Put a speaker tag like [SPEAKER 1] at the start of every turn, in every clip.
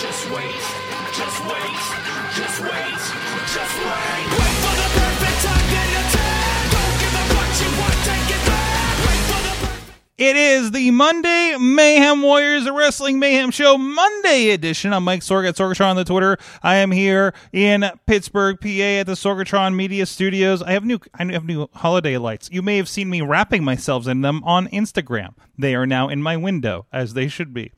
[SPEAKER 1] just wait, just wait, just wait, just wait. Wait for the perfect time to attack. Don't give up what you want, take it back. Wait for the perfect.
[SPEAKER 2] It is the Monday Mayhem Warriors a Wrestling Mayhem Show Monday edition. I'm Mike Sorg at Sorgatron on the Twitter. I am here in Pittsburgh, PA, at the Sorgatron Media Studios. I have new, I have new holiday lights. You may have seen me wrapping myself in them on Instagram. They are now in my window, as they should be.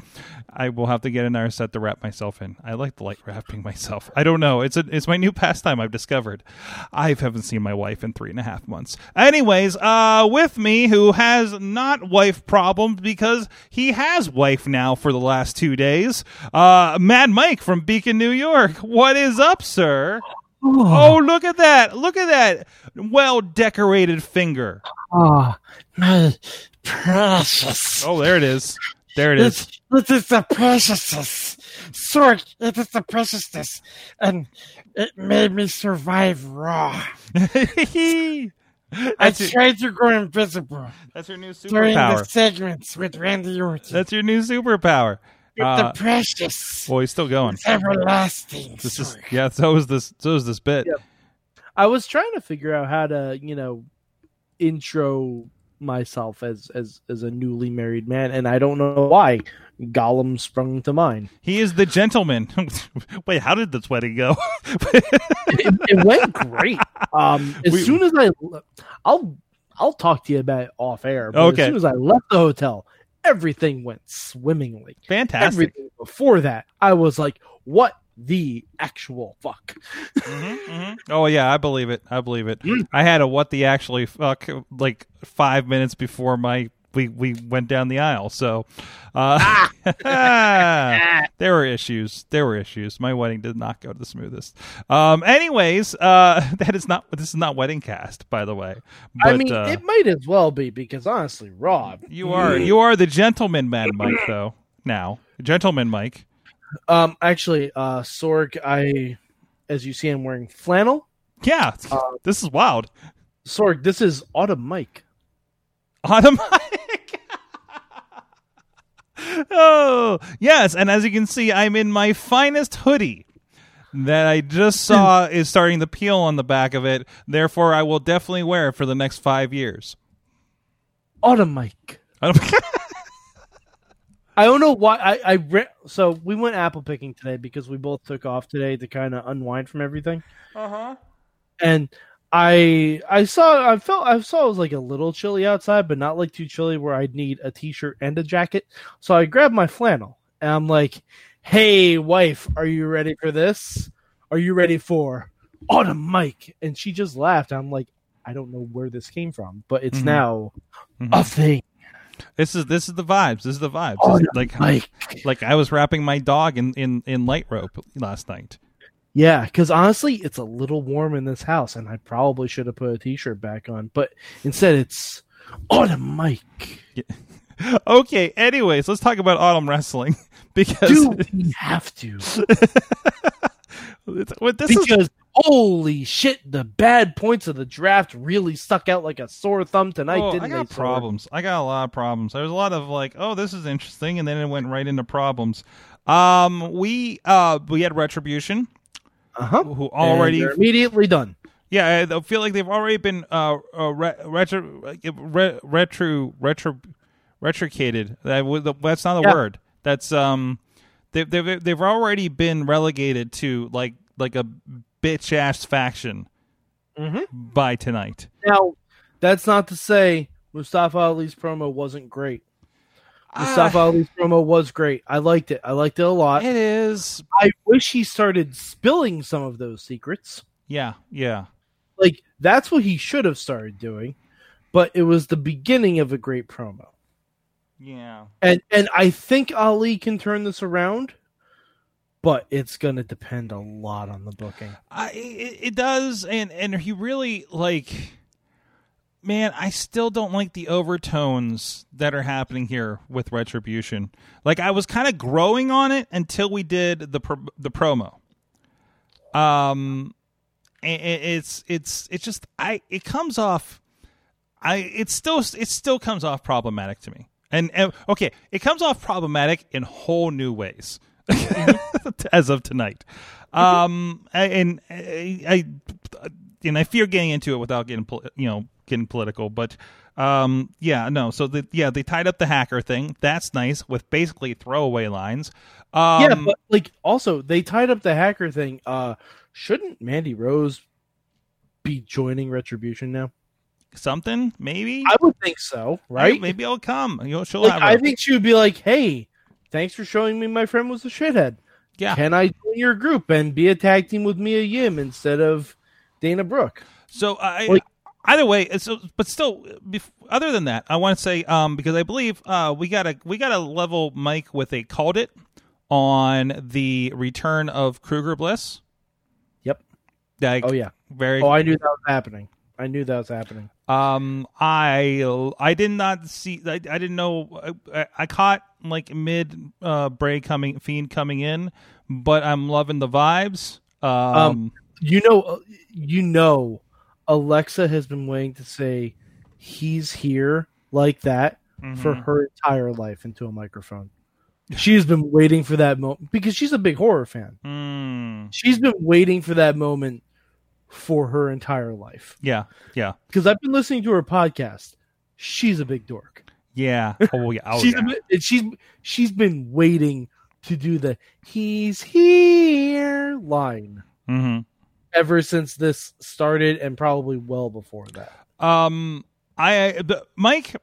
[SPEAKER 2] I will have to get another set to wrap myself in. I like the light wrapping myself. I don't know. It's a, it's my new pastime I've discovered. I haven't seen my wife in three and a half months. Anyways, uh, with me who has not wife problems because he has wife now for the last two days. Uh, Mad Mike from Beacon, New York. What is up, sir? Oh, look at that! Look at that well decorated finger.
[SPEAKER 3] Oh, my precious.
[SPEAKER 2] Oh, there it is. There it is.
[SPEAKER 3] It, it is the preciousness. Sword, it is the preciousness. And it made me survive raw. I
[SPEAKER 2] that's, your,
[SPEAKER 3] tried to go invisible
[SPEAKER 2] that's your new
[SPEAKER 3] during the
[SPEAKER 2] superpower.
[SPEAKER 3] segments with Randy Orton.
[SPEAKER 2] That's your new superpower.
[SPEAKER 3] But
[SPEAKER 2] Uh,
[SPEAKER 3] the precious,
[SPEAKER 2] well, he's still going.
[SPEAKER 3] everlasting.
[SPEAKER 2] This is
[SPEAKER 3] sword.
[SPEAKER 2] yeah. So is this. So is this bit.
[SPEAKER 4] Yep. I was trying to figure out how to, you know, intro myself as as as a newly married man, and I don't know why Gollum sprung to mind.
[SPEAKER 2] He is the gentleman. Wait, how did this wedding go?
[SPEAKER 4] It, it went great. Um, as
[SPEAKER 2] We-
[SPEAKER 4] soon as I, le- I'll I'll talk to you about it off air. But
[SPEAKER 2] Okay.
[SPEAKER 4] As soon as I left the hotel, everything went swimmingly.
[SPEAKER 2] Fantastic.
[SPEAKER 4] Everything before that, I was like, "What the actual fuck?"
[SPEAKER 2] Mhm, mhm. Oh yeah, I believe it. I believe it.
[SPEAKER 4] Mm.
[SPEAKER 2] I had a what the actually fuck like five minutes before my we we went down the aisle. So uh,
[SPEAKER 4] Ah!
[SPEAKER 2] there were issues. There were issues. My wedding did not go the smoothest. Um. Anyways, uh, that is not this is not wedding cast by the way. But,
[SPEAKER 4] I mean,
[SPEAKER 2] uh,
[SPEAKER 4] it might as well be because honestly, Rob,
[SPEAKER 2] you are you are the gentleman, man, Mike. Though now, gentleman, Mike.
[SPEAKER 4] Um, actually, uh, Sorg, I, as you see, I'm wearing flannel.
[SPEAKER 2] Yeah,
[SPEAKER 4] Uh,
[SPEAKER 2] this is wild.
[SPEAKER 4] Sorg, this is Autumn Mike.
[SPEAKER 2] automatic. oh, yes. And as you can see, I'm in my finest hoodie that I just
[SPEAKER 4] Hmm.
[SPEAKER 2] saw is starting to peel on the back of it. Therefore, I will definitely wear it for the next five years.
[SPEAKER 4] Autumn Mike.
[SPEAKER 2] I don't-
[SPEAKER 4] I don't know why I, I re- so we went apple picking today because we both took off today to kind of unwind from everything. Uh huh. And I I saw I felt I saw it was like a little chilly outside, but not like too chilly where I'd need a t-shirt and a jacket. So I grabbed my flannel and I'm like, "Hey, wife, are you ready for this? Are you ready for autumn, Mike?" And she just laughed. I'm like, I don't know where this came from, but it's
[SPEAKER 2] Mhm.
[SPEAKER 4] now a
[SPEAKER 2] Mhm.
[SPEAKER 4] thing,
[SPEAKER 2] this is this is the vibes. This is the vibes.
[SPEAKER 4] Oh,
[SPEAKER 2] This is like
[SPEAKER 4] Mike.
[SPEAKER 2] like I was wrapping my dog in in in light rope last night.
[SPEAKER 4] Yeah, because honestly, it's a little warm in this house, and I probably should have put a t-shirt back on, but instead, it's on a mic.
[SPEAKER 2] Okay. Anyways, let's talk about autumn wrestling because
[SPEAKER 4] Do we have to?
[SPEAKER 2] it's- what this is
[SPEAKER 4] Because holy shit, the bad points of the draft really stuck out like a sore thumb tonight,
[SPEAKER 2] Oh,
[SPEAKER 4] didn't
[SPEAKER 2] I got
[SPEAKER 4] they? Sorg?
[SPEAKER 2] problems. I got a lot of problems. There was a lot of like, oh, this is interesting, and then it went right into problems. Um, we uh we had retribution,
[SPEAKER 4] Uh-huh.
[SPEAKER 2] who
[SPEAKER 4] And
[SPEAKER 2] already,
[SPEAKER 4] they're immediately done.
[SPEAKER 2] yeah, I I feel like they've already been uh, uh re- retro re- retro retro retricated. That was that's not a
[SPEAKER 4] Yeah.
[SPEAKER 2] word. That's um, they they've they've already been relegated to like like a bitch ass faction
[SPEAKER 4] Mhm.
[SPEAKER 2] by tonight.
[SPEAKER 4] Now, that's not to say Mustafa Ali's promo wasn't great.
[SPEAKER 2] Ah.
[SPEAKER 4] Mustafa Ali's promo was great. I liked it. I liked it a lot.
[SPEAKER 2] It is,
[SPEAKER 4] I wish he started spilling some of those secrets.
[SPEAKER 2] yeah, yeah.
[SPEAKER 4] like that's what he should have started doing but it was the beginning of a great promo
[SPEAKER 2] Yeah.
[SPEAKER 4] and and i think ali can turn this around but it's going to depend a lot on the booking
[SPEAKER 2] I, it, it does, and and he really like man, I still don't like the overtones that are happening here with Retribution. Like I was kind of growing on it until we did the pro- the promo. Um, i- i- it's it's it's just I it comes off. I it still it still comes off problematic to me. And, and okay, it comes off problematic in whole new ways as of tonight. Um, I- and I, I and I fear getting into it without getting pol- you know getting political, but um, yeah, no. So the, yeah, they tied up the hacker thing. That's nice with basically throwaway lines. Um,
[SPEAKER 4] yeah, but like also they tied up the hacker thing. Uh shouldn't Mandy Rose be joining Retribution now?
[SPEAKER 2] something maybe
[SPEAKER 4] I would think so, right?
[SPEAKER 2] Maybe I'll come. You know, she'll
[SPEAKER 4] like
[SPEAKER 2] have.
[SPEAKER 4] I
[SPEAKER 2] a-
[SPEAKER 4] think she would be like, "Hey, thanks for showing me my friend was a shithead.
[SPEAKER 2] Yeah.
[SPEAKER 4] Can I join your group and be a tag team with Mia Yim instead of Dana Brooke?"
[SPEAKER 2] So I,
[SPEAKER 4] Like-
[SPEAKER 2] either way, so but still, bef- other than that, I want to say um, because I believe uh, we got a we got a level Mike with a called it on the return of Kruger Bliss.
[SPEAKER 4] Yep.
[SPEAKER 2] Like,
[SPEAKER 4] Oh yeah.
[SPEAKER 2] Very.
[SPEAKER 4] Oh, I knew that was happening. I knew that was happening.
[SPEAKER 2] um, I I did not see. I, I didn't know. I- I, I caught like mid uh Bray coming fiend coming in, but I'm loving the vibes. Um,
[SPEAKER 4] You know, uh, you know, Alexa has been waiting to say he's here like that for
[SPEAKER 2] mhm.
[SPEAKER 4] her entire life into a microphone. She's been waiting for that moment because she's a big horror fan.
[SPEAKER 2] Mm,
[SPEAKER 4] She's been waiting for that moment for her entire life.
[SPEAKER 2] yeah, yeah,
[SPEAKER 4] Because I've been listening to her podcast. She's a big dork.
[SPEAKER 2] yeah. Oh yeah. Oh,
[SPEAKER 4] she's
[SPEAKER 2] yeah.
[SPEAKER 4] a bi- and she's she's been waiting to do the he's here line
[SPEAKER 2] mm-hmm.
[SPEAKER 4] ever since this started and probably well before that.
[SPEAKER 2] Um, I but Mike,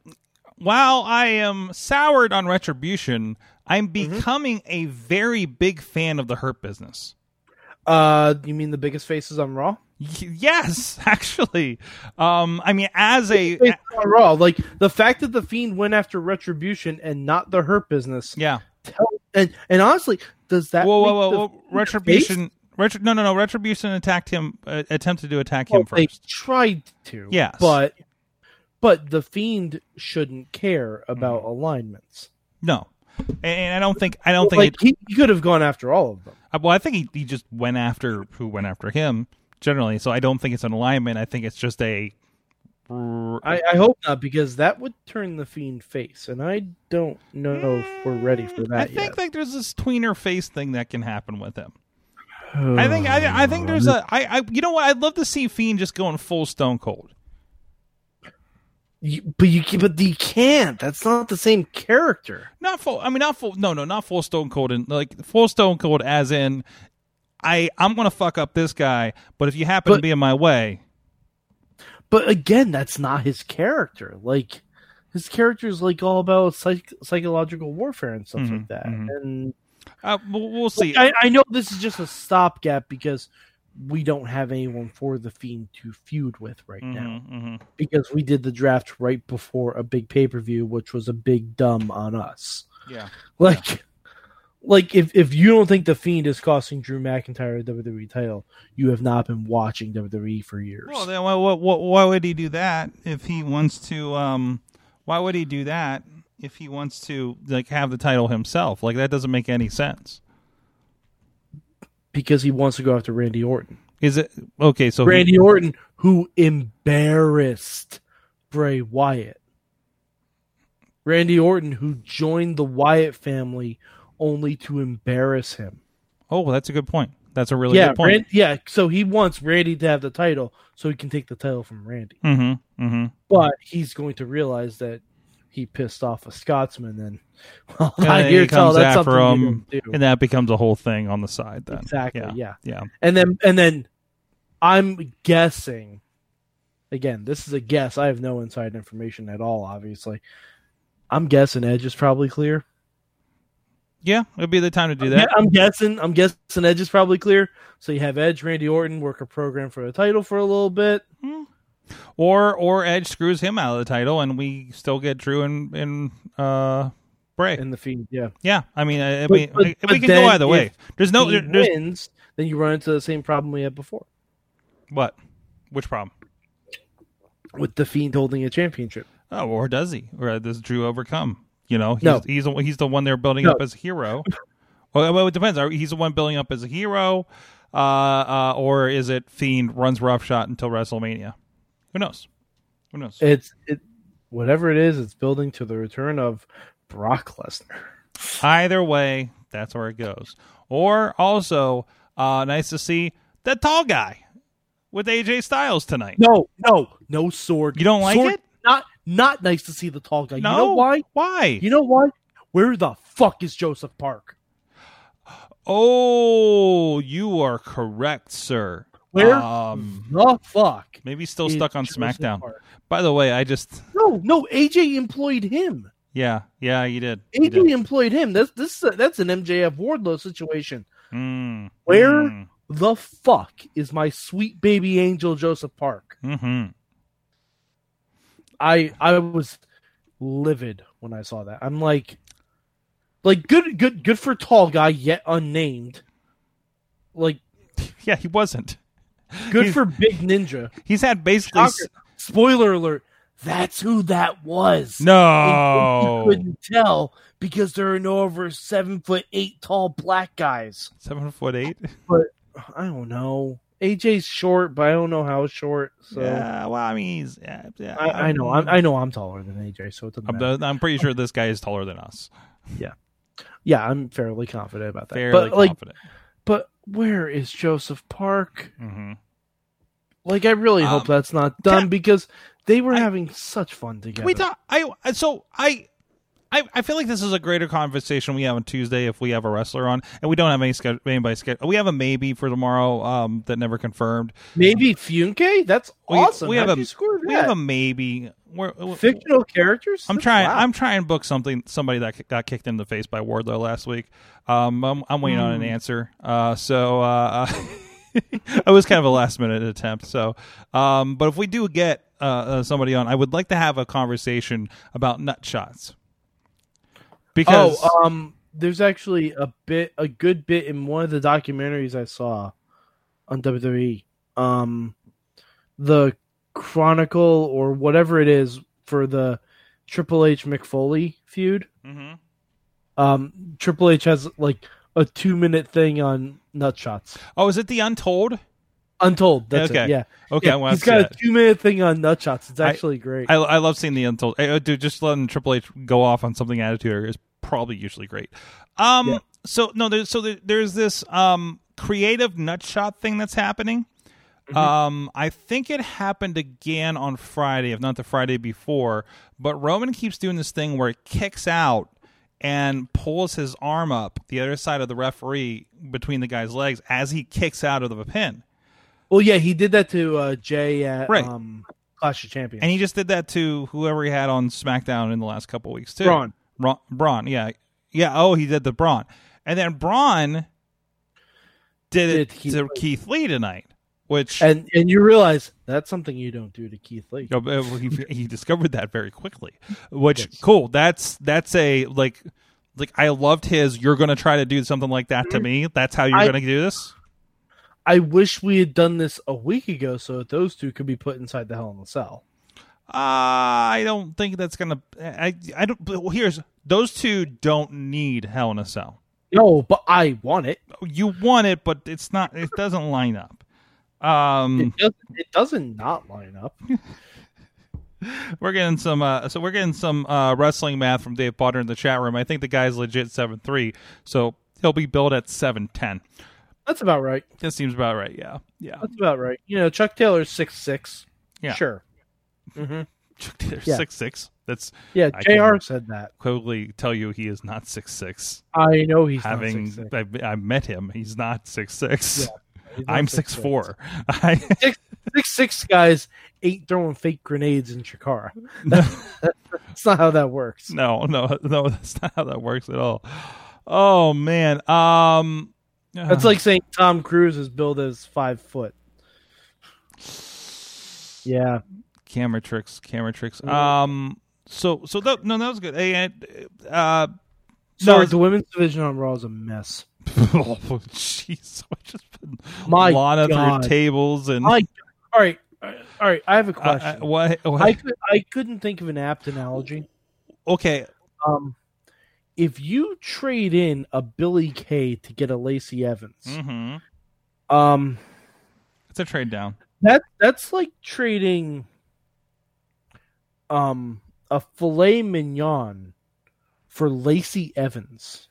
[SPEAKER 2] while I am soured on retribution, I'm
[SPEAKER 4] Mm-hmm.
[SPEAKER 2] becoming a very big fan of the Hurt Business.
[SPEAKER 4] Uh you mean the biggest faces on Raw?
[SPEAKER 2] Y- Yes, actually. Um, I mean, as a
[SPEAKER 4] Faces on Raw. Like the fact that the fiend went after retribution and not the hurt business.
[SPEAKER 2] yeah.
[SPEAKER 4] tell- and and honestly, does that
[SPEAKER 2] Whoa, whoa,
[SPEAKER 4] make
[SPEAKER 2] whoa!
[SPEAKER 4] the
[SPEAKER 2] whoa.
[SPEAKER 4] Fiend a face?
[SPEAKER 2] Retribution. Retri- no, no, no. Retribution attacked him. Uh, attempted to attack him
[SPEAKER 4] Well, they
[SPEAKER 2] first.
[SPEAKER 4] tried to.
[SPEAKER 2] Yes.
[SPEAKER 4] But but the fiend shouldn't care about alignments.
[SPEAKER 2] No, and, and I don't think Mm-hmm. I don't think
[SPEAKER 4] like
[SPEAKER 2] it,
[SPEAKER 4] he, he could have gone after all of them.
[SPEAKER 2] Uh, Well, I think he, he just went after who went after him generally. So I don't think it's an alignment. I think it's just a.
[SPEAKER 4] I, I hope not because that would turn the fiend face, and I don't know if we're ready for
[SPEAKER 2] I
[SPEAKER 4] that
[SPEAKER 2] think
[SPEAKER 4] yet.
[SPEAKER 2] like there's this tweener face thing that can happen with him. I think I, I
[SPEAKER 4] Uh,
[SPEAKER 2] think there's a I, I you know what I'd love to see Fiend just going full Stone Cold.
[SPEAKER 4] You- but you can- but you can't. That's not the same character.
[SPEAKER 2] Not full. I mean, not full. No, no, not full Stone Cold. And like full Stone Cold, as in, I I'm gonna fuck up this guy. But if you happen to
[SPEAKER 4] But-
[SPEAKER 2] be in my way,
[SPEAKER 4] But again, that's not his character. Like his character is like all about psych- psychological warfare and stuff like
[SPEAKER 2] Mhm,
[SPEAKER 4] that.
[SPEAKER 2] mhm.
[SPEAKER 4] And
[SPEAKER 2] uh, we'll, we'll see.
[SPEAKER 4] I, I know this is just a stopgap because we don't have anyone for the fiend to feud with right now
[SPEAKER 2] Mhm, mhm.
[SPEAKER 4] because we did the draft right before a big pay per view, which was a big dumb on us.
[SPEAKER 2] Yeah.
[SPEAKER 4] Like, like if if you don't think the fiend is costing Drew McIntyre the WWE E title, you have not been watching WWE for years.
[SPEAKER 2] Well, then why, why, why why would he do that if he wants to? Um, why would he do that if he wants to like have the title himself? Like that doesn't make any sense.
[SPEAKER 4] because he wants to go after Randy Orton.
[SPEAKER 2] Is it okay? So he-
[SPEAKER 4] Randy Orton, who embarrassed Bray Wyatt. Randy Orton, who joined the Wyatt family only to embarrass him.
[SPEAKER 2] oh, that's a good point. That's a really
[SPEAKER 4] yeah,
[SPEAKER 2] good point.
[SPEAKER 4] Ran- yeah. So he wants Randy to have the title so he can take the title from Randy.
[SPEAKER 2] Mm-hmm. Mm-hmm.
[SPEAKER 4] But he's going to realize that he pissed off a Scotsman, and well, I
[SPEAKER 2] then
[SPEAKER 4] hear
[SPEAKER 2] he
[SPEAKER 4] tell
[SPEAKER 2] comes
[SPEAKER 4] that's
[SPEAKER 2] after
[SPEAKER 4] something you
[SPEAKER 2] him
[SPEAKER 4] don't do.
[SPEAKER 2] And that becomes a whole thing on the side then.
[SPEAKER 4] Exactly.
[SPEAKER 2] Yeah.
[SPEAKER 4] yeah.
[SPEAKER 2] Yeah.
[SPEAKER 4] And then and then I'm guessing again, this is a guess. I have no inside information at all, obviously. I'm guessing Edge is probably clear.
[SPEAKER 2] Yeah. It'd be the time to do that.
[SPEAKER 4] Uh, Yeah, I'm guessing I'm guessing Edge is probably clear. So you have Edge, Randy Orton work a program for the title for a little bit.
[SPEAKER 2] Or or Edge screws him out of the title and we still get Drew and, and uh Bray.
[SPEAKER 4] And the fiend, yeah.
[SPEAKER 2] yeah. I mean, uh, I,
[SPEAKER 4] But-
[SPEAKER 2] we,
[SPEAKER 4] but-
[SPEAKER 2] we
[SPEAKER 4] but
[SPEAKER 2] can go
[SPEAKER 4] then
[SPEAKER 2] either way.
[SPEAKER 4] if
[SPEAKER 2] There's no
[SPEAKER 4] No,
[SPEAKER 2] there,
[SPEAKER 4] he
[SPEAKER 2] there's
[SPEAKER 4] wins, then you run into the same problem we had before.
[SPEAKER 2] what? Which problem?
[SPEAKER 4] with the Fiend holding a championship.
[SPEAKER 2] Oh, or does he? Or does Drew overcome? You know, he's
[SPEAKER 4] No.
[SPEAKER 2] he's, the- he's the one they're building
[SPEAKER 4] No.
[SPEAKER 2] up as a hero. Well, well, it depends. Are- He's the one building up as a hero, uh, uh, or is it Fiend runs roughshod until WrestleMania? Who knows? Who knows?
[SPEAKER 4] It's it, whatever it is, it's building to the return of Brock Lesnar.
[SPEAKER 2] Either way, that's where it goes. Or also, uh, nice to see that tall guy with AJ Styles tonight.
[SPEAKER 4] No, no, no sword.
[SPEAKER 2] You don't like
[SPEAKER 4] Sorg,
[SPEAKER 2] it?
[SPEAKER 4] Not not nice to see the tall guy.
[SPEAKER 2] No?
[SPEAKER 4] You know why?
[SPEAKER 2] Why?
[SPEAKER 4] You know why? Where the fuck is Joseph Park?
[SPEAKER 2] oh, you are correct, sir.
[SPEAKER 4] Where
[SPEAKER 2] Um,
[SPEAKER 4] the fuck?
[SPEAKER 2] maybe he's still
[SPEAKER 4] is
[SPEAKER 2] stuck on
[SPEAKER 4] Joseph
[SPEAKER 2] SmackDown.
[SPEAKER 4] Park?
[SPEAKER 2] By the way, I just
[SPEAKER 4] No, no. AJ employed him.
[SPEAKER 2] yeah, yeah, you did. You
[SPEAKER 4] AJ
[SPEAKER 2] did.
[SPEAKER 4] employed him. That's this. uh, That's an MJF Wardlow situation.
[SPEAKER 2] Mm,
[SPEAKER 4] Where? The fuck is my sweet baby angel Joseph Park?
[SPEAKER 2] Mm-hmm.
[SPEAKER 4] I I was livid when I saw that. I'm like, like good good good for tall guy yet unnamed. Like
[SPEAKER 2] Yeah, he wasn't.
[SPEAKER 4] good
[SPEAKER 2] He's-
[SPEAKER 4] for big ninja.
[SPEAKER 2] He's had basically s-
[SPEAKER 4] Shocker. Spoiler alert: that's who that was.
[SPEAKER 2] no
[SPEAKER 4] And you couldn't tell because there are no over seven foot eight tall black guys.
[SPEAKER 2] seven foot eight.
[SPEAKER 4] I don't know. AJ's short, but I don't know how short. So
[SPEAKER 2] Yeah, well, I mean, he's, yeah, yeah,
[SPEAKER 4] I, I know I'm, I know I'm taller than AJ, so it doesn't
[SPEAKER 2] I'm,
[SPEAKER 4] matter.
[SPEAKER 2] I'm pretty sure this guy is taller than us.
[SPEAKER 4] yeah, I'm fairly confident about that.
[SPEAKER 2] Fairly
[SPEAKER 4] but like,
[SPEAKER 2] confident.
[SPEAKER 4] but where is Joseph Park?
[SPEAKER 2] hmm
[SPEAKER 4] Like, I really hope
[SPEAKER 2] Um,
[SPEAKER 4] that's not done
[SPEAKER 2] I-
[SPEAKER 4] because they were
[SPEAKER 2] I-
[SPEAKER 4] having such fun together.
[SPEAKER 2] Can we talk? I I- so I. I, I feel like this is a greater conversation we have on Tuesday if we have a wrestler on, and we don't have any sched- anybody scheduled. We have a maybe for tomorrow um, that never confirmed.
[SPEAKER 4] Maybe Funke? That's
[SPEAKER 2] We-
[SPEAKER 4] awesome.
[SPEAKER 2] we have
[SPEAKER 4] How'd
[SPEAKER 2] a-
[SPEAKER 4] you score
[SPEAKER 2] We have a
[SPEAKER 4] that?
[SPEAKER 2] maybe. We're, we're-
[SPEAKER 4] fictional characters.
[SPEAKER 2] I'm
[SPEAKER 4] That's
[SPEAKER 2] trying.
[SPEAKER 4] wild.
[SPEAKER 2] I'm trying to book something. Somebody that got kicked in the face by Wardlow last week. Um, I'm, I'm waiting
[SPEAKER 4] Hmm.
[SPEAKER 2] on an answer. Uh, so uh, it was kind of a last minute attempt. So, um, but if we do get uh, uh, somebody on, I would like to have a conversation about nut shots. Because
[SPEAKER 4] oh, um, there's actually a bit, a good bit in one of the documentaries I saw on WWE. Um, the Chronicle or whatever it is for the Triple H McFoley feud.
[SPEAKER 2] Mhm.
[SPEAKER 4] Um, Triple H has like a two minute thing on nut shots.
[SPEAKER 2] oh, is it the Untold?
[SPEAKER 4] Untold. That's
[SPEAKER 2] Okay.
[SPEAKER 4] it. Yeah.
[SPEAKER 2] Okay,
[SPEAKER 4] yeah.
[SPEAKER 2] I'm gonna
[SPEAKER 4] he's
[SPEAKER 2] see
[SPEAKER 4] got
[SPEAKER 2] that.
[SPEAKER 4] a two minute thing on nut shots. It's
[SPEAKER 2] I-
[SPEAKER 4] actually great.
[SPEAKER 2] I, I love seeing the untold eh, eh, dude. Just letting Triple H go off on something attitude is probably usually great. Um,
[SPEAKER 4] Yeah.
[SPEAKER 2] so no, there's so there, there's this um creative nutshot thing that's happening. Um, I think it happened again on Friday, if not the Friday before. But Roman keeps doing this thing where it kicks out and pulls his arm up the other side of the referee between the guy's legs as he kicks out of the pin.
[SPEAKER 4] well, yeah, he did that to uh, Jay at
[SPEAKER 2] Right.
[SPEAKER 4] um, Clash of Champions.
[SPEAKER 2] And he just did that to whoever he had on SmackDown in the last couple weeks too.
[SPEAKER 4] Braun.
[SPEAKER 2] Braun, Braun, yeah, yeah. Oh, he did the Braun, and then Braun did it
[SPEAKER 4] Did Keith
[SPEAKER 2] to
[SPEAKER 4] Lee.
[SPEAKER 2] Keith Lee tonight, which
[SPEAKER 4] and and you realize that's something you don't do to Keith Lee.
[SPEAKER 2] you know, uh, he, he discovered that very quickly. Which
[SPEAKER 4] Yes.
[SPEAKER 2] cool. That's that's a like like I loved his. You're gonna try to do something like that to me. That's how you're
[SPEAKER 4] I-
[SPEAKER 2] gonna do this.
[SPEAKER 4] I wish we had done this a week ago so that those two could be put inside the Hell in the Cell.
[SPEAKER 2] Uh, I don't think that's gonna. I I don't. but Here's those two don't need Hell in a Cell.
[SPEAKER 4] No, but I want it.
[SPEAKER 2] you want it, but it's not. It doesn't line up. Um,
[SPEAKER 4] It doesn't, it doesn't not line up.
[SPEAKER 2] we're getting some. Uh, so we're getting some uh, wrestling math from Dave Potter in the chat room. I think the guy's legit seven three, so he'll be billed at seven ten.
[SPEAKER 4] That's about right.
[SPEAKER 2] That seems about right. Yeah, yeah.
[SPEAKER 4] That's about right. You know, Chuck Taylor's six six.
[SPEAKER 2] Yeah.
[SPEAKER 4] Sure. hmm Yeah.
[SPEAKER 2] Six six. That's
[SPEAKER 4] Yeah,
[SPEAKER 2] I
[SPEAKER 4] Jr.
[SPEAKER 2] can-
[SPEAKER 4] said that.
[SPEAKER 2] quickly tell you he is not six six.
[SPEAKER 4] I know he's not
[SPEAKER 2] Having
[SPEAKER 4] 6'6".
[SPEAKER 2] I, I met him, he's not six six.
[SPEAKER 4] He's not
[SPEAKER 2] I'm
[SPEAKER 4] 6'6".
[SPEAKER 2] six four. I,
[SPEAKER 4] Six six guys ain't throwing fake grenades in Chikara. That's not how that works.
[SPEAKER 2] No, no, no. That's not how that works at all. Oh man. Um.
[SPEAKER 4] That's like saying Tom Cruise is billed as five foot. Yeah,
[SPEAKER 2] camera tricks camera tricks um so so that no that was good hey, and, uh
[SPEAKER 4] sorry.
[SPEAKER 2] so
[SPEAKER 4] the women's division on Raw is a mess.
[SPEAKER 2] oh jeez i just put
[SPEAKER 4] My
[SPEAKER 2] lana
[SPEAKER 4] God.
[SPEAKER 2] through tables and
[SPEAKER 4] My, all right, All right, I have a
[SPEAKER 2] Uh,
[SPEAKER 4] question.
[SPEAKER 2] uh, what? what-
[SPEAKER 4] I could, I couldn't think of an apt analogy.
[SPEAKER 2] okay.
[SPEAKER 4] Um, if you trade in a Billy Kay to get a Lacey Evans,
[SPEAKER 2] hmm
[SPEAKER 4] um,
[SPEAKER 2] It's a trade down.
[SPEAKER 4] that that's like trading, um, a filet mignon for Lacey Evans.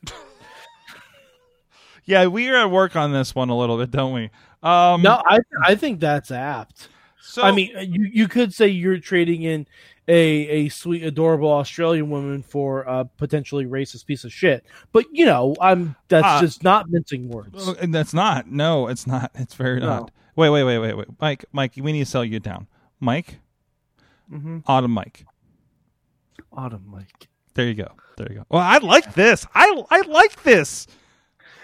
[SPEAKER 2] Yeah, we are at work on this one a little bit, don't we? Um,
[SPEAKER 4] No, I I think that's apt.
[SPEAKER 2] So
[SPEAKER 4] I mean, you you could say you're trading in a a sweet, adorable Australian woman for a potentially racist piece of shit. But you know, I'm that's
[SPEAKER 2] Uh,
[SPEAKER 4] just not mincing words.
[SPEAKER 2] Uh, That's not. No, it's not. It's very
[SPEAKER 4] No.
[SPEAKER 2] not. Wait, wait, wait, wait, wait. Mike, Mike, we need to sell you down. Mike,
[SPEAKER 4] Mm-hmm.
[SPEAKER 2] autumn Mike.
[SPEAKER 4] Autumn, Mike.
[SPEAKER 2] There you go. There you go. Well, I like this. I I like this.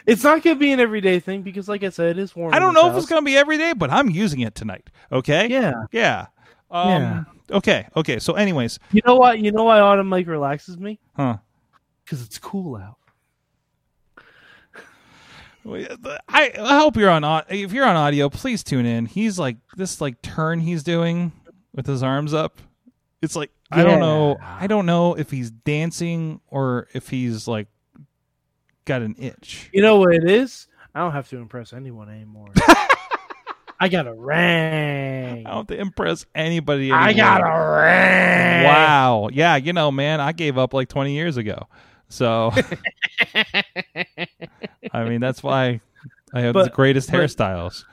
[SPEAKER 4] It's not gonna be an everyday thing because, like I said, it is warm.
[SPEAKER 2] I
[SPEAKER 4] in
[SPEAKER 2] don't
[SPEAKER 4] this
[SPEAKER 2] know if it's
[SPEAKER 4] house.
[SPEAKER 2] going to be every day, but I'm using it tonight. Okay.
[SPEAKER 4] Yeah,
[SPEAKER 2] Yeah. Um, Okay. Okay. So, anyways,
[SPEAKER 4] you know what? You know why Autumn Mike relaxes me?
[SPEAKER 2] huh?
[SPEAKER 4] Because it's cool out.
[SPEAKER 2] I, I hope you're on. au- If you're on audio, please tune in. He's like this, like turn he's doing with his arms up. It's like I don't know.
[SPEAKER 4] Yeah.
[SPEAKER 2] I don't know if he's dancing or if he's like got an itch.
[SPEAKER 4] You know what it is? I don't have to impress anyone anymore. I got a ring.
[SPEAKER 2] I don't have to impress anybody.
[SPEAKER 3] I got
[SPEAKER 2] anymore.
[SPEAKER 3] a ring.
[SPEAKER 2] Wow. Yeah. You know, man, I gave up like 20 years ago. So, I mean, that's why I have the
[SPEAKER 4] But-
[SPEAKER 2] greatest
[SPEAKER 4] but-
[SPEAKER 2] hairstyles.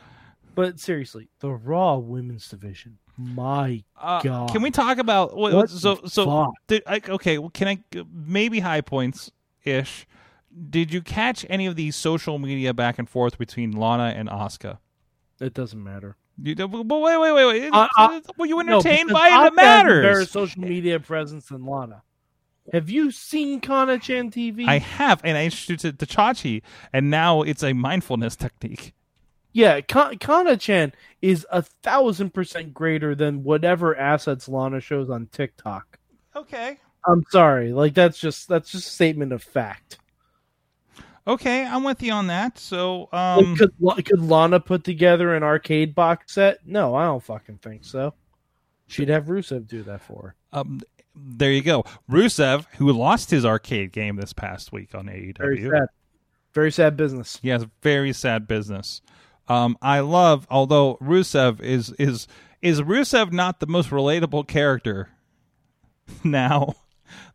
[SPEAKER 4] But seriously, the Raw Women's Division. My
[SPEAKER 2] Uh,
[SPEAKER 4] God.
[SPEAKER 2] Can we talk about what,
[SPEAKER 4] What
[SPEAKER 2] so
[SPEAKER 4] the
[SPEAKER 2] so
[SPEAKER 4] fuck?
[SPEAKER 2] Did, I, okay, well, can I maybe high points ish? Did you catch any of the social media back and forth between Lana and Oscar?
[SPEAKER 4] It doesn't matter.
[SPEAKER 2] You, but wait, wait, wait, wait.
[SPEAKER 4] Uh, uh,
[SPEAKER 2] Were you
[SPEAKER 4] No,
[SPEAKER 2] entertained
[SPEAKER 4] because
[SPEAKER 2] by it? It
[SPEAKER 4] I've got a better
[SPEAKER 2] matters.
[SPEAKER 4] social media presence than Lana. Have you seen Kana Chan TV?
[SPEAKER 2] I have, and I introduced it to Chachi, and now it's a mindfulness technique.
[SPEAKER 4] yeah, Ka- Kana Chan is a thousand percent greater than whatever assets Lana shows on TikTok.
[SPEAKER 2] Okay.
[SPEAKER 4] I'm sorry, like that's just that's just a statement of fact.
[SPEAKER 2] Okay, I'm with you on that. So,
[SPEAKER 4] Like,
[SPEAKER 2] um,
[SPEAKER 4] could La- could Lana put together an arcade box set? No, I don't fucking think so. She'd have Rusev do that for her.
[SPEAKER 2] um, there you go. Rusev, who lost his arcade game this past week on E AEW.
[SPEAKER 4] Very sad. Very sad business.
[SPEAKER 2] He has very sad business. Um, I love, although Rusev is is is Rusev not the most relatable character now?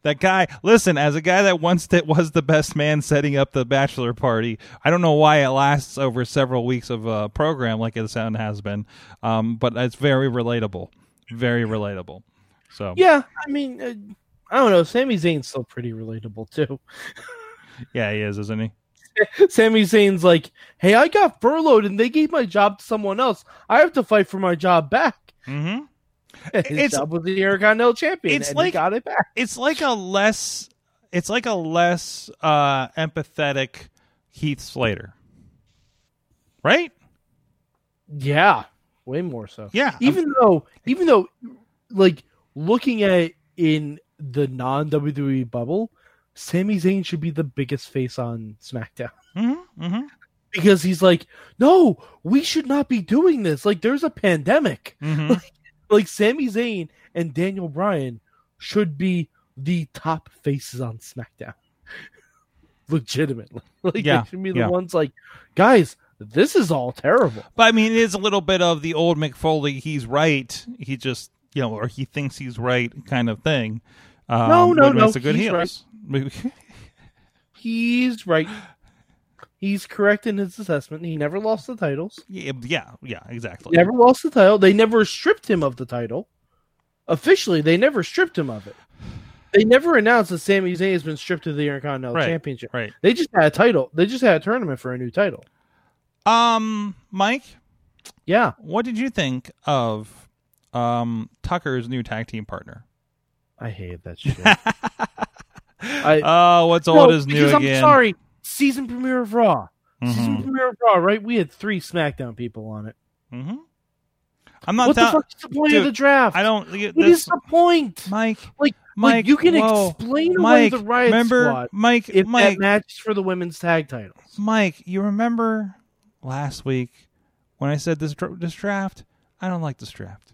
[SPEAKER 2] That guy, listen, as a guy that once that was the best man setting up the bachelor party, I don't know why it lasts over several weeks of a program like it sound has been, um, but it's very relatable, very relatable. So
[SPEAKER 4] Yeah, I mean, uh, I don't know. Sami Zayn's still pretty relatable too.
[SPEAKER 2] yeah, he is, isn't he?
[SPEAKER 4] Sami Zayn's like, "Hey, I got furloughed and they gave my job to someone else. I have to fight for my job back."
[SPEAKER 2] Mm-hmm.
[SPEAKER 4] And His
[SPEAKER 2] It's-
[SPEAKER 4] job was the Intercontinental Champion,
[SPEAKER 2] it's
[SPEAKER 4] and he
[SPEAKER 2] like-
[SPEAKER 4] got it back.
[SPEAKER 2] it's like a less it's like a less uh empathetic Heath Slater. Right?
[SPEAKER 4] Yeah, way more so.
[SPEAKER 2] Yeah.
[SPEAKER 4] Even though, even though, like looking at it in the non WWE bubble, Sami Zayn should be the biggest face on SmackDown.
[SPEAKER 2] Mm-hmm, mm-hmm,
[SPEAKER 4] Because he's like, no, we should not be doing this. Like, there's a pandemic.
[SPEAKER 2] mm-hmm.
[SPEAKER 4] like Sami Zayn and Daniel Bryan should be the top faces on SmackDown. Legitimately. Like
[SPEAKER 2] Yeah,
[SPEAKER 4] they should be the
[SPEAKER 2] yeah.
[SPEAKER 4] ones like, guys, this is all terrible.
[SPEAKER 2] But I mean it is a little bit of the old McFoley, he's right. He just you know, or he thinks he's right kind of thing. Um,
[SPEAKER 4] No, no,
[SPEAKER 2] when
[SPEAKER 4] no,
[SPEAKER 2] it's The good
[SPEAKER 4] he's
[SPEAKER 2] heels.
[SPEAKER 4] He's right. He's correct in his assessment. He never lost the titles.
[SPEAKER 2] yeah, yeah, yeah, exactly.
[SPEAKER 4] Never lost the title. They never stripped him of the title. Officially, they never stripped him of it. They never announced that Sami Zayn has been stripped of the Intercontinental
[SPEAKER 2] Right,
[SPEAKER 4] Championship.
[SPEAKER 2] Right.
[SPEAKER 4] They just had a title. They just had a tournament for a new title.
[SPEAKER 2] Um, Mike,
[SPEAKER 4] Yeah.
[SPEAKER 2] what did you think of um Tucker's new tag team partner?
[SPEAKER 4] I hated that shit.
[SPEAKER 2] oh, what's old is new
[SPEAKER 4] because
[SPEAKER 2] again.
[SPEAKER 4] I'm sorry. Season premiere of Raw. Season
[SPEAKER 2] Mhm,
[SPEAKER 4] premiere of Raw, right? We had three SmackDown people on it.
[SPEAKER 2] mhm. I'm not.
[SPEAKER 4] what
[SPEAKER 2] tell-
[SPEAKER 4] the fuck is the point
[SPEAKER 2] dude,
[SPEAKER 4] of the draft?
[SPEAKER 2] I don't. That's,
[SPEAKER 4] What is the point?
[SPEAKER 2] Mike?
[SPEAKER 4] Like,
[SPEAKER 2] Mike,
[SPEAKER 4] like you can
[SPEAKER 2] whoa.
[SPEAKER 4] explain
[SPEAKER 2] Mike,
[SPEAKER 4] away the Riot
[SPEAKER 2] remember,
[SPEAKER 4] Squad
[SPEAKER 2] Mike,
[SPEAKER 4] if
[SPEAKER 2] Mike,
[SPEAKER 4] that matches for the women's tag titles.
[SPEAKER 2] Mike. You remember last week when I said this dra- this draft? I don't like this draft.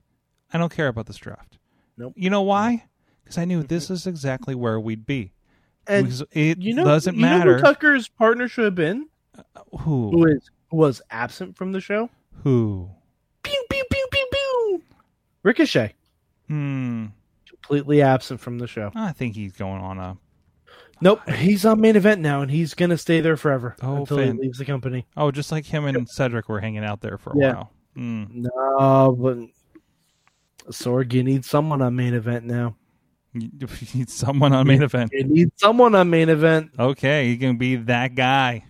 [SPEAKER 2] I don't care about this draft.
[SPEAKER 4] Nope. Mm-hmm.
[SPEAKER 2] You know why? Because I knew this is exactly where we'd be.
[SPEAKER 4] And
[SPEAKER 2] Because it
[SPEAKER 4] you know,
[SPEAKER 2] doesn't
[SPEAKER 4] you know
[SPEAKER 2] matter
[SPEAKER 4] who Tucker's partner should have been,
[SPEAKER 2] who
[SPEAKER 4] who is who was absent from the show.
[SPEAKER 2] who.
[SPEAKER 4] Pew pew pew pew pew. Ricochet
[SPEAKER 2] Hmm.
[SPEAKER 4] completely absent from the show.
[SPEAKER 2] I think he's going on a.
[SPEAKER 4] Nope, he's on main event now, and he's gonna stay there forever
[SPEAKER 2] Oh,
[SPEAKER 4] until
[SPEAKER 2] fan-
[SPEAKER 4] he leaves the company.
[SPEAKER 2] Oh, just like him and Cedric were hanging out there for a
[SPEAKER 4] Yeah.
[SPEAKER 2] while. Hmm.
[SPEAKER 4] No, but Sorg, you need someone on main event now.
[SPEAKER 2] You you need someone on main event.
[SPEAKER 4] You need someone on main event
[SPEAKER 2] Okay, he can be that guy.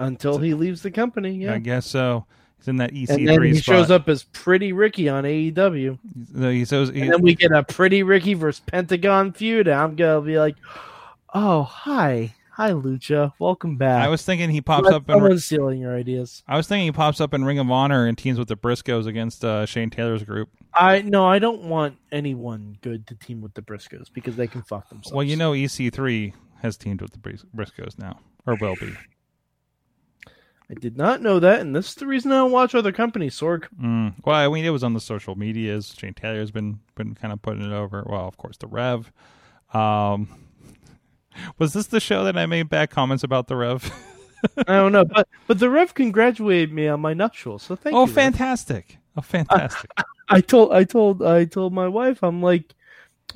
[SPEAKER 4] until he leaves the company. Yeah,
[SPEAKER 2] I guess so. He's in that
[SPEAKER 4] and then
[SPEAKER 2] EC3
[SPEAKER 4] he
[SPEAKER 2] spot.
[SPEAKER 4] shows up as Pretty Ricky on AEW,
[SPEAKER 2] No, He shows, he-
[SPEAKER 4] and then we get a Pretty Ricky versus Pentagon feud. And I'm gonna be like, "Oh, hi, hi, Lucha, welcome back."
[SPEAKER 2] I was thinking he pops
[SPEAKER 4] Let
[SPEAKER 2] up in.
[SPEAKER 4] someone stealing your ideas.
[SPEAKER 2] I was thinking he pops up in Ring of Honor and teams with the Briscoes against uh, Shane Taylor's group.
[SPEAKER 4] I no, I don't want anyone good to team with the Briscoes because they can fuck themselves.
[SPEAKER 2] Well, you know, EC3 has teamed with the Bris- Briscoes now, or will be.
[SPEAKER 4] I did not know that, and this is the reason I don't watch other companies. Sorg,
[SPEAKER 2] Mm. Well, I mean, it was on the social medias. Shane Taylor's been been kind of putting it over. Well, of course, the Rev. Um, was this the show that I made bad comments about the Rev?
[SPEAKER 4] I don't know, but but the Rev congratulated me on my nuptials, so thank
[SPEAKER 2] oh,
[SPEAKER 4] you. Rev.
[SPEAKER 2] fantastic! Oh, fantastic!
[SPEAKER 4] I told I told I told my wife I'm like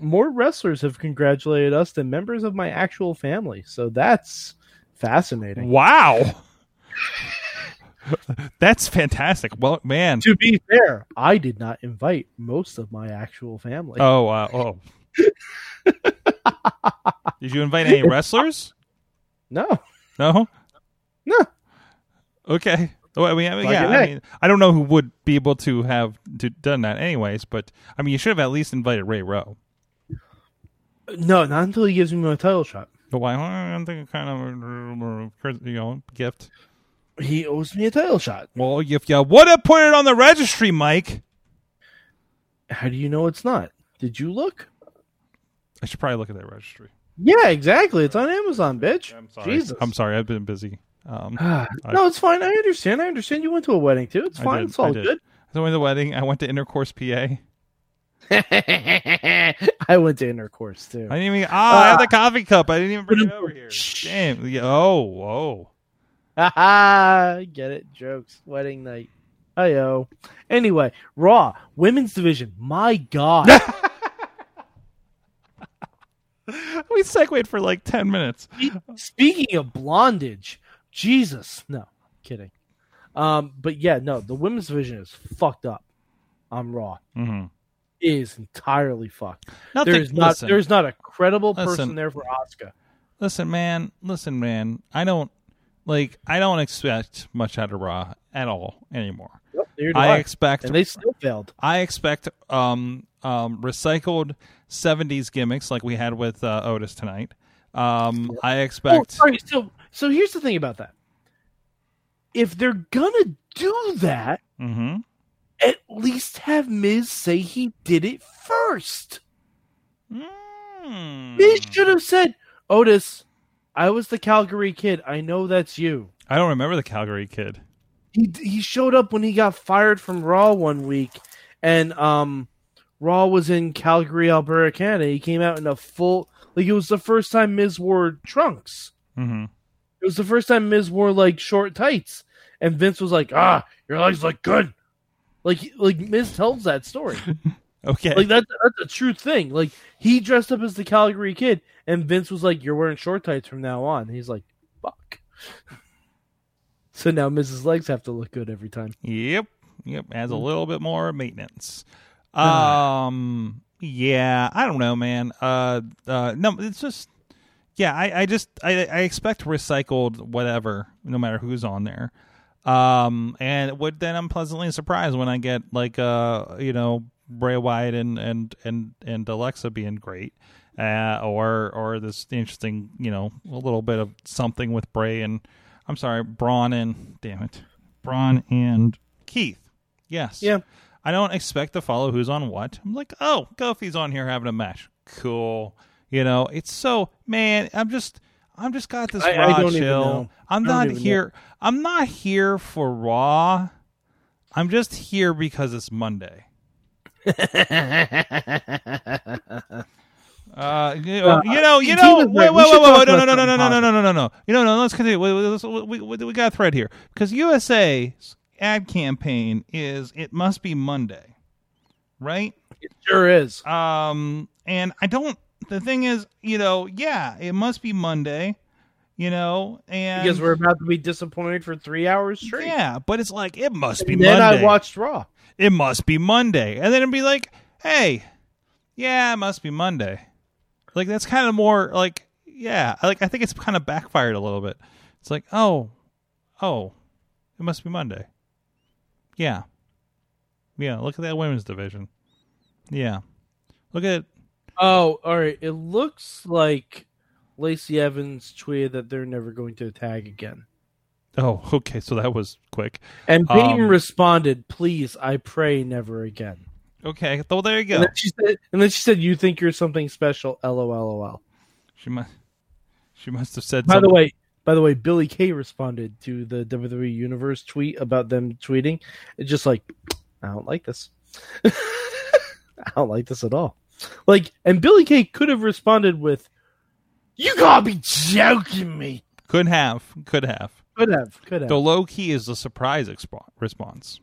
[SPEAKER 4] more wrestlers have congratulated us than members of my actual family. So that's fascinating.
[SPEAKER 2] wow, that's fantastic. Well, man.
[SPEAKER 4] To be fair, I did not invite most of my actual family.
[SPEAKER 2] Oh, uh, oh. Did you invite any wrestlers?
[SPEAKER 4] no.
[SPEAKER 2] No.
[SPEAKER 4] No.
[SPEAKER 2] Okay. Well, I mean, I mean,
[SPEAKER 4] Fucking
[SPEAKER 2] yeah. I
[SPEAKER 4] heck.
[SPEAKER 2] mean, I don't know who would be able to have d done that, anyways. But I mean, you should have at least invited Ray Rowe.
[SPEAKER 4] No, not until he gives me my title shot.
[SPEAKER 2] But why? I'm thinking kind of you know gift.
[SPEAKER 4] He owes me a title shot.
[SPEAKER 2] Well, if you would have put it on the registry, Mike,
[SPEAKER 4] How do you know it's not? Did you look?
[SPEAKER 2] I should probably look at that registry.
[SPEAKER 4] Yeah, exactly. It's on Amazon, bitch.
[SPEAKER 2] I'm sorry.
[SPEAKER 4] Jesus. Ah.
[SPEAKER 2] I'm sorry. I've been busy. Um,
[SPEAKER 4] no, it's fine. I understand. I understand you went to a wedding too. It's
[SPEAKER 2] I
[SPEAKER 4] fine.
[SPEAKER 2] did.
[SPEAKER 4] It's all
[SPEAKER 2] I did.
[SPEAKER 4] good.
[SPEAKER 2] so I went to the wedding. I went to intercourse, PA. I
[SPEAKER 4] I went to intercourse too.
[SPEAKER 2] didn't even. Ah, I had the coffee cup. I didn't even bring it over here. Damn. Yeah, Oh, whoa.
[SPEAKER 4] Haha, get it? Jokes. Wedding night. Ayo. Anyway, Raw women's division. My God.
[SPEAKER 2] We segued for like ten minutes.
[SPEAKER 4] Speaking of blondage, Jesus. No, kidding. Um, but yeah, no, the women's division is fucked up. I'm Raw.
[SPEAKER 2] Mm-hmm.
[SPEAKER 4] It is entirely fucked.
[SPEAKER 2] Nothing.
[SPEAKER 4] There's not.
[SPEAKER 2] listen,
[SPEAKER 4] There's not a credible
[SPEAKER 2] Listen.
[SPEAKER 4] person there for Oscar.
[SPEAKER 2] listen, man. Listen, man. I don't like. I don't expect much out of Raw at all anymore. I expect.
[SPEAKER 4] and they still failed.
[SPEAKER 2] I expect um um recycled '70s gimmicks like we had with uh, Otis tonight. Um, I
[SPEAKER 4] Oh,
[SPEAKER 2] expect.
[SPEAKER 4] sorry. So, so here's the thing about that. If they're gonna do that,
[SPEAKER 2] hmm
[SPEAKER 4] at least have Miz say he did it first.
[SPEAKER 2] Hmm.
[SPEAKER 4] Miz should have said, "Otis, I was the Calgary kid. I know that's you."
[SPEAKER 2] I don't remember the Calgary kid.
[SPEAKER 4] He he showed up when he got fired from Raw one week, and um, Raw was in Calgary, Alberta, Canada. He came out in a full like it was the first time Miz wore trunks.
[SPEAKER 2] Mm-hmm.
[SPEAKER 4] It was the first time Miz wore like short tights, and Vince was like, "Ah, your legs look good." Like like Miz tells that story.
[SPEAKER 2] Okay.
[SPEAKER 4] like that that's a true thing. Like he dressed up as the Calgary kid, and Vince was like, "You're wearing short tights from now on." And he's like, "Fuck." So now Miz's legs have to look good every time.
[SPEAKER 2] Yep. Yep. Adds a little bit more maintenance. Um yeah, I don't know, man. Uh uh no it's just yeah, I, I just I, I expect recycled whatever, no matter who's on there. Um and would then I'm pleasantly surprised when I get like uh you know, Bray Wyatt and and and, and Alexa being great. Uh, or or this interesting, you know, a little bit of something with Bray and I'm sorry, Braun and damn it. Braun and Keith. Yes.
[SPEAKER 4] Yeah.
[SPEAKER 2] I don't expect to follow who's on what. I'm like, oh, Kofi's on here having a match. Cool. You know, it's so man. I'm just, I'm just got this
[SPEAKER 4] I- I
[SPEAKER 2] raw
[SPEAKER 4] don't even
[SPEAKER 2] chill.
[SPEAKER 4] know.
[SPEAKER 2] I'm
[SPEAKER 4] I don't
[SPEAKER 2] not
[SPEAKER 4] even know.
[SPEAKER 2] here. I'm not here for raw. I'm just here because it's Monday. Uh, you know, you know, you know
[SPEAKER 4] continue,
[SPEAKER 2] wait, wait,
[SPEAKER 4] Brett. We
[SPEAKER 2] wait,
[SPEAKER 4] should
[SPEAKER 2] wait,
[SPEAKER 4] talk
[SPEAKER 2] wait, no, no, no, no, no,
[SPEAKER 4] about something
[SPEAKER 2] no, no, no, no, no, no. You know, no, let's continue. We, we- let's- we, we, we got a thread here because USA's ad campaign is it must be Monday, right?
[SPEAKER 4] Sure is.
[SPEAKER 2] Um, and I don't. The thing is, you know, yeah, it must be Monday, you know, and
[SPEAKER 4] Because we're about to be disappointed for three hours straight.
[SPEAKER 2] yeah, but it's like it must be
[SPEAKER 4] And then
[SPEAKER 2] Monday.
[SPEAKER 4] I watched Raw.
[SPEAKER 2] it must be Monday, and then it'd be like, hey, yeah, it must be Monday. Like that's kind of more like yeah, like I think it's kind of backfired a little bit. It's like oh, oh, it must be Monday. Yeah, yeah. Look at that women's division. Yeah, look at
[SPEAKER 4] Oh, all right. It looks like Lacey Evans tweeted that they're never going to tag again.
[SPEAKER 2] Oh, okay. So that was quick.
[SPEAKER 4] And Peyton
[SPEAKER 2] Um,
[SPEAKER 4] responded, "Please, I pray never again."
[SPEAKER 2] Okay. Well, there you
[SPEAKER 4] And
[SPEAKER 2] go.
[SPEAKER 4] then she said, "And then she said, you think you're something special? LOLOL."
[SPEAKER 2] She must. She must have said.
[SPEAKER 4] By the
[SPEAKER 2] something.
[SPEAKER 4] way, by the way, Billy Kay responded to the WWE Universe tweet about them tweeting. It's just like, I don't like this. I don't like this at all. Like, and Billy Kay could have responded with, "You gotta be joking me."
[SPEAKER 2] could have, could have.
[SPEAKER 4] Could have, could have.
[SPEAKER 2] The low key is the surprise expo- response.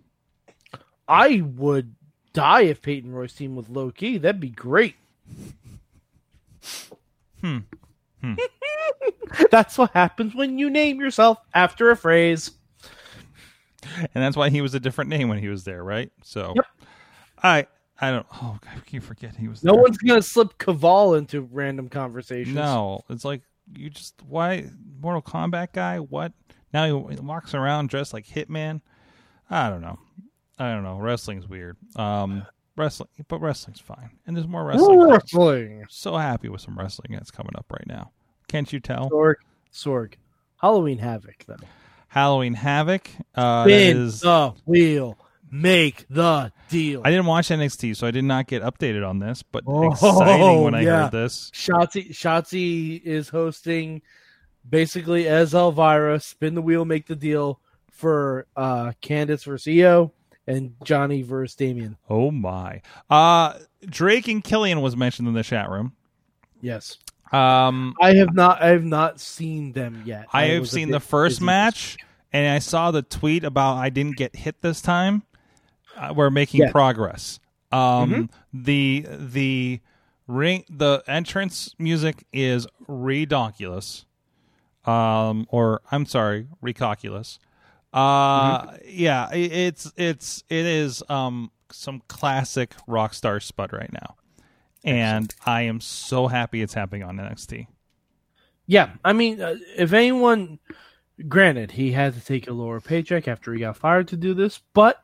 [SPEAKER 4] I would die if Peyton Royce team with low key. That'd be great.
[SPEAKER 2] Hmm. Hmm.
[SPEAKER 4] That's what happens when you name yourself after a phrase.
[SPEAKER 2] And that's why he was a different name when he was there, right? So,
[SPEAKER 4] Yep.
[SPEAKER 2] I, I don't. Oh, I keep forgetting he was.
[SPEAKER 4] No
[SPEAKER 2] there.
[SPEAKER 4] one's gonna slip Caval into random conversations.
[SPEAKER 2] No, it's like you just why Mortal Kombat guy? What now? He walks around dressed like Hitman. I don't know. I don't know. Wrestling's weird. Um, wrestling, but wrestling's fine, and there's more wrestling.
[SPEAKER 4] Wrestling.
[SPEAKER 2] so happy with some wrestling that's coming up right now. Can't you tell?
[SPEAKER 4] Sorg. Sorg. Halloween Havoc, though.
[SPEAKER 2] Halloween Havoc. Uh, that
[SPEAKER 4] Spin
[SPEAKER 2] is-
[SPEAKER 4] the wheel. Make the deal.
[SPEAKER 2] I didn't watch NXT, so I did not get updated on this, but
[SPEAKER 4] Oh,
[SPEAKER 2] exciting when I
[SPEAKER 4] yeah.
[SPEAKER 2] heard this.
[SPEAKER 4] Shotzi, Shotzi is hosting basically as Elvira, spin the wheel, make the deal for uh Candace versus Io and Johnny versus Damien.
[SPEAKER 2] Oh my. Uh Drake and Killian was mentioned in the chat room.
[SPEAKER 4] Yes.
[SPEAKER 2] Um
[SPEAKER 4] I have not I have not seen them yet.
[SPEAKER 2] I have
[SPEAKER 4] was a
[SPEAKER 2] seen
[SPEAKER 4] bit
[SPEAKER 2] the first
[SPEAKER 4] busy this
[SPEAKER 2] match and I saw the tweet about I didn't get hit this time. Uh, we're making
[SPEAKER 4] Yeah. Mm-hmm.
[SPEAKER 2] progress. Um the the ring the entrance music is redonkulous. Um or I'm sorry, recoculous. Uh
[SPEAKER 4] Mm-hmm.
[SPEAKER 2] yeah, i- it's it's it is um some classic rock star spud right now. And I am so happy it's happening on NXT.
[SPEAKER 4] Yeah, I mean, uh, if anyone, granted, he had to take a lower paycheck after he got fired to do this, but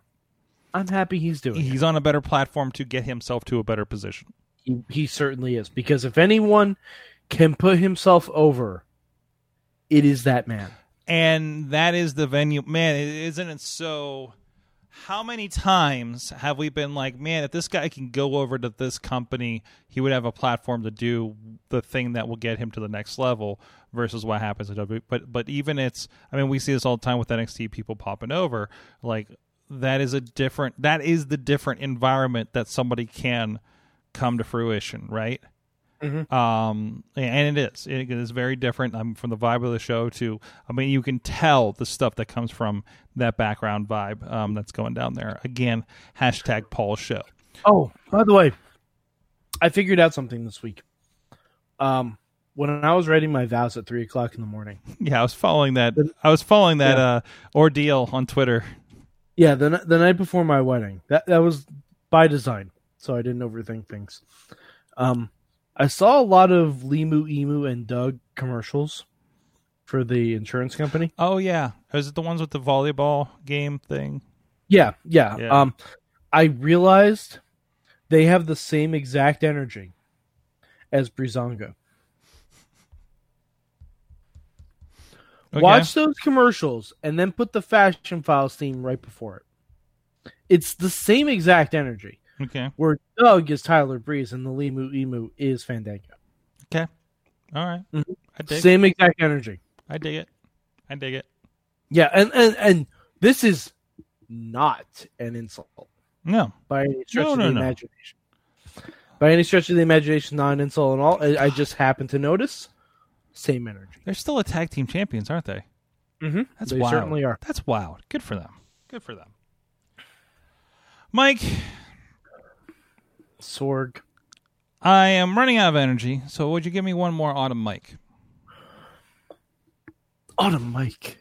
[SPEAKER 4] I'm happy he's doing it.
[SPEAKER 2] he's on a better platform to get himself to a better position.
[SPEAKER 4] He, he certainly is because if anyone can put himself over, it is that man.
[SPEAKER 2] And that is the venue. Man, i- isn't it so? How many times have we been like, man, if this guy can go over to this company, he would have a platform to do the thing that will get him to the next level versus what happens at W. But but even it's, I mean, we see this all the time with NXT people popping over. Like that is a different, that is the different environment that somebody can come to fruition, right? um and it is it is very different um, from the vibe of the show to i mean you can tell the stuff that comes from that background vibe um that's going down there again hashtag paul show
[SPEAKER 4] Oh, by the way, I figured out something this week. Um, when I was writing my vows at three o'clock in the morning,
[SPEAKER 2] yeah i was following that i was following that uh ordeal on twitter
[SPEAKER 4] Yeah, the ni- the night before my wedding. That that was by design, so I didn't overthink things. Um, I saw a lot of Limu Emu and Doug commercials for the insurance company.
[SPEAKER 2] oh yeah is it the ones with the volleyball game thing
[SPEAKER 4] Yeah, yeah.
[SPEAKER 2] Yeah.
[SPEAKER 4] Um, I realized they have the same exact energy as Brizongo.
[SPEAKER 2] Okay.
[SPEAKER 4] Watch those commercials and then put the Fashion Files theme right before it. It's the same exact energy.
[SPEAKER 2] okay
[SPEAKER 4] Where Doug is Tyler Breeze and the Limu Emu is Fandango.
[SPEAKER 2] okay all right.
[SPEAKER 4] Mhm.
[SPEAKER 2] i dig
[SPEAKER 4] Same exact energy.
[SPEAKER 2] i dig it i dig it
[SPEAKER 4] Yeah, and and and this is not an insult
[SPEAKER 2] No.
[SPEAKER 4] by any stretch
[SPEAKER 2] No,
[SPEAKER 4] of
[SPEAKER 2] no,
[SPEAKER 4] the
[SPEAKER 2] no.
[SPEAKER 4] imagination. By any stretch of the imagination, not an insult and all. I, I just happened to notice same energy.
[SPEAKER 2] They're still a tag team champions, aren't they?
[SPEAKER 4] Mm-hmm.
[SPEAKER 2] That's
[SPEAKER 4] they
[SPEAKER 2] wild.
[SPEAKER 4] certainly are.
[SPEAKER 2] That's wild. Good for them. Good for them. Mike,
[SPEAKER 4] Sorg.
[SPEAKER 2] I am running out of energy, so would you give me one more autumn mic?
[SPEAKER 4] Autumn Mike.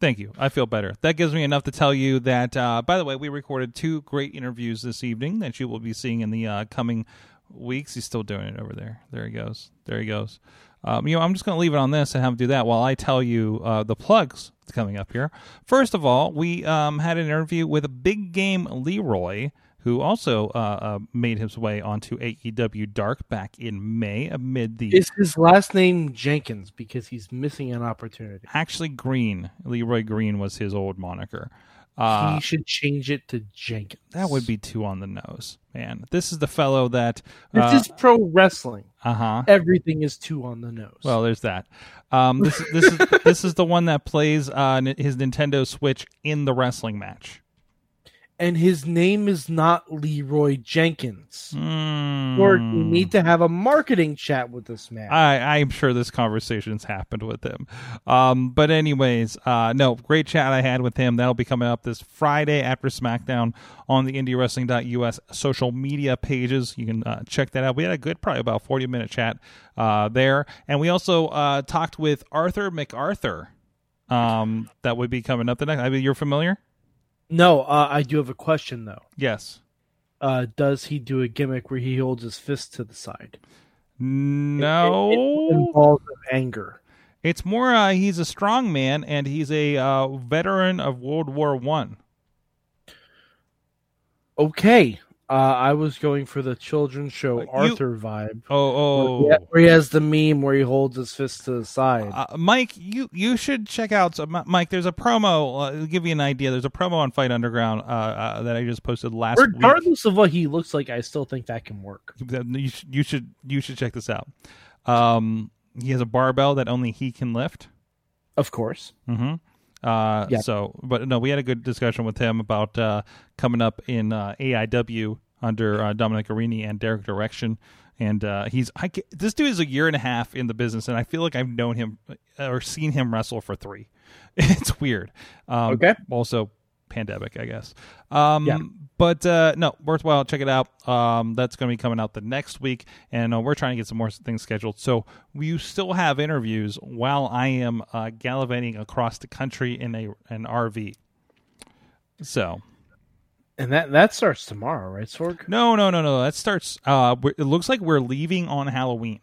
[SPEAKER 2] Thank you. I feel better. That gives me enough to tell you that, uh, by the way, we recorded two great interviews this evening that you will be seeing in the uh, coming weeks. He's still doing it over there. There he goes. There he goes. Um, you know, I'm just going to leave it on this and have him do that while I tell you uh, the plugs that's coming up here. First of all, we um, had an interview with Big Game Leroy, who also uh, uh, made his way onto AEW Dark back in May amid the.
[SPEAKER 4] Is his last name Jenkins because he's missing an opportunity?
[SPEAKER 2] actually, Green. Leroy Green was his old moniker. Uh,
[SPEAKER 4] he should change it to Jenkins.
[SPEAKER 2] That would be too on the nose, man. This is the fellow that.
[SPEAKER 4] This
[SPEAKER 2] Uh
[SPEAKER 4] is pro wrestling.
[SPEAKER 2] huh.
[SPEAKER 4] Everything is two on the nose.
[SPEAKER 2] Well, there's that. Um, this is this is this is the one that plays uh, n- his Nintendo Switch in the wrestling match.
[SPEAKER 4] and his name is not Leroy Jenkins.
[SPEAKER 2] Mm.
[SPEAKER 4] Or you need to have a marketing chat with this man.
[SPEAKER 2] I, I'm sure this conversation's happened with him. Um, but anyways, uh, no, great chat I had with him. That'll be coming up this Friday after SmackDown on the IndieWrestling.us social media pages. You can uh, check that out. We had a good, probably about 40 minute chat uh, there, and we also uh, talked with Arthur McArthur. Um, that would be coming up the next. I mean, you're familiar?
[SPEAKER 4] no, uh, I do have a question though.
[SPEAKER 2] Yes.
[SPEAKER 4] Uh, does he do a gimmick where he holds his fist to the side? It-
[SPEAKER 2] No.
[SPEAKER 4] it involves anger.
[SPEAKER 2] It's more uh, he's a strong man and he's a uh, veteran of World War One.
[SPEAKER 4] Okay, uh, I was going for the children's show
[SPEAKER 2] Uh, you-
[SPEAKER 4] Arthur vibe.
[SPEAKER 2] Oh, oh,
[SPEAKER 4] Yeah, where he has the meme where he holds his fist to the side.
[SPEAKER 2] Uh, Mike, you you should check out so, Mi- Mike. There's a promo. Uh, it'll give you an idea. There's a promo on Fight Underground uh, uh, that I just posted last week.
[SPEAKER 4] Regardless of what he looks like, I still think that can work.
[SPEAKER 2] That You should, you should you should check this out. Um, he has a barbell that only he can lift.
[SPEAKER 4] Of course.
[SPEAKER 2] Mm-hmm. Uh,
[SPEAKER 4] Yeah.
[SPEAKER 2] So, but no, we had a good discussion with him about uh, coming up in uh, AIW under uh, Dominic Arini and Derek Direction. And uh, he's I, ca- this dude is a year and a half in the business, and I feel like I've known him uh, or seen him wrestle for three. it's weird. Um,
[SPEAKER 4] Okay.
[SPEAKER 2] Also, pandemic, I guess. Um,
[SPEAKER 4] Yeah.
[SPEAKER 2] But uh, no, worthwhile. Check it out. Um, that's going to be coming out the next week, and uh, we're trying to get some more things scheduled. So we still have interviews while I am uh, gallivanting across the country in a an RV. So
[SPEAKER 4] And that, that starts tomorrow, right, Sorg?
[SPEAKER 2] no, no, no, no. That starts. Uh, we're- it looks like we're leaving on Halloween.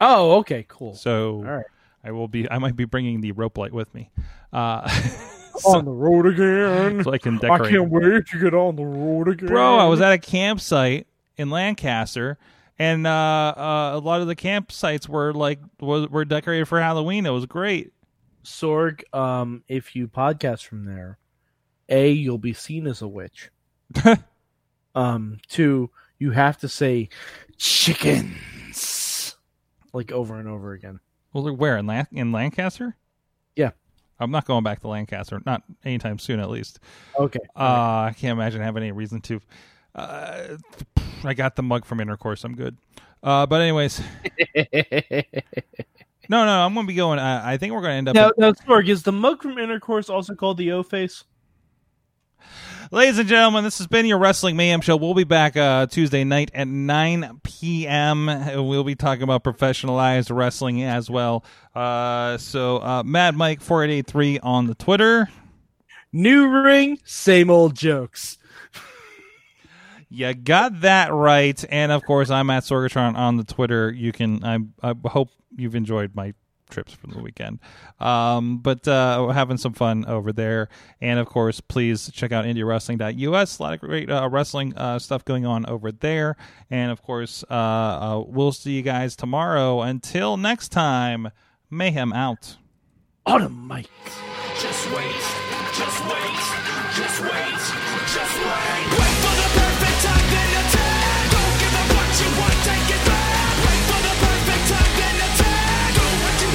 [SPEAKER 4] Oh, okay, cool.
[SPEAKER 2] So
[SPEAKER 4] All right.
[SPEAKER 2] I will be. I might be bringing the rope light with me, uh,
[SPEAKER 4] on the road again.
[SPEAKER 2] so I can
[SPEAKER 4] Oh, I
[SPEAKER 2] decorate.
[SPEAKER 4] can't wait to get on the road again.
[SPEAKER 2] bro i was at a campsite in lancaster and uh, uh, a lot of the campsites were like was, were decorated for halloween it was great
[SPEAKER 4] Sorg, um, if you podcast from there, A, you'll be seen as a witch. um, two, you have to say chickens like over and over again.
[SPEAKER 2] well like, where in, Lan- in lancaster
[SPEAKER 4] Yeah.
[SPEAKER 2] i'm not going back to lancaster not anytime soon at least
[SPEAKER 4] Okay.
[SPEAKER 2] uh, i can't imagine having any reason to uh, i got the mug from intercourse i'm good uh, but anyways no no i'm gonna be going uh, i think we're gonna end up
[SPEAKER 4] now, now, Sorg, is the mug from intercourse also called the O face?
[SPEAKER 2] Ladies and gentlemen, this has been your Wrestling Mayhem Show. We'll be back uh, Tuesday night at 9 p.m. We'll be talking about professionalized wrestling as well. Uh, so, uh, Mad Mike 4883 on the Twitter.
[SPEAKER 4] New ring, same old jokes.
[SPEAKER 2] You got that right. And of course, I'm at Sorgatron on the Twitter. You can. I, I hope you've enjoyed my trips from the weekend. Um, but uh, we're having some fun over there. And of course, please check out IndieWrestling.us. A lot of great uh, wrestling uh, stuff going on over there. And of course, uh, uh, we'll see you guys tomorrow. Until next time, mayhem out.
[SPEAKER 4] Autumn Mike.
[SPEAKER 1] Just wait, just wait, just wait, just wait. Wait for the perfect time, then attack. Don't give up what you want, take it back. Wait for the perfect time, then attack. Do what you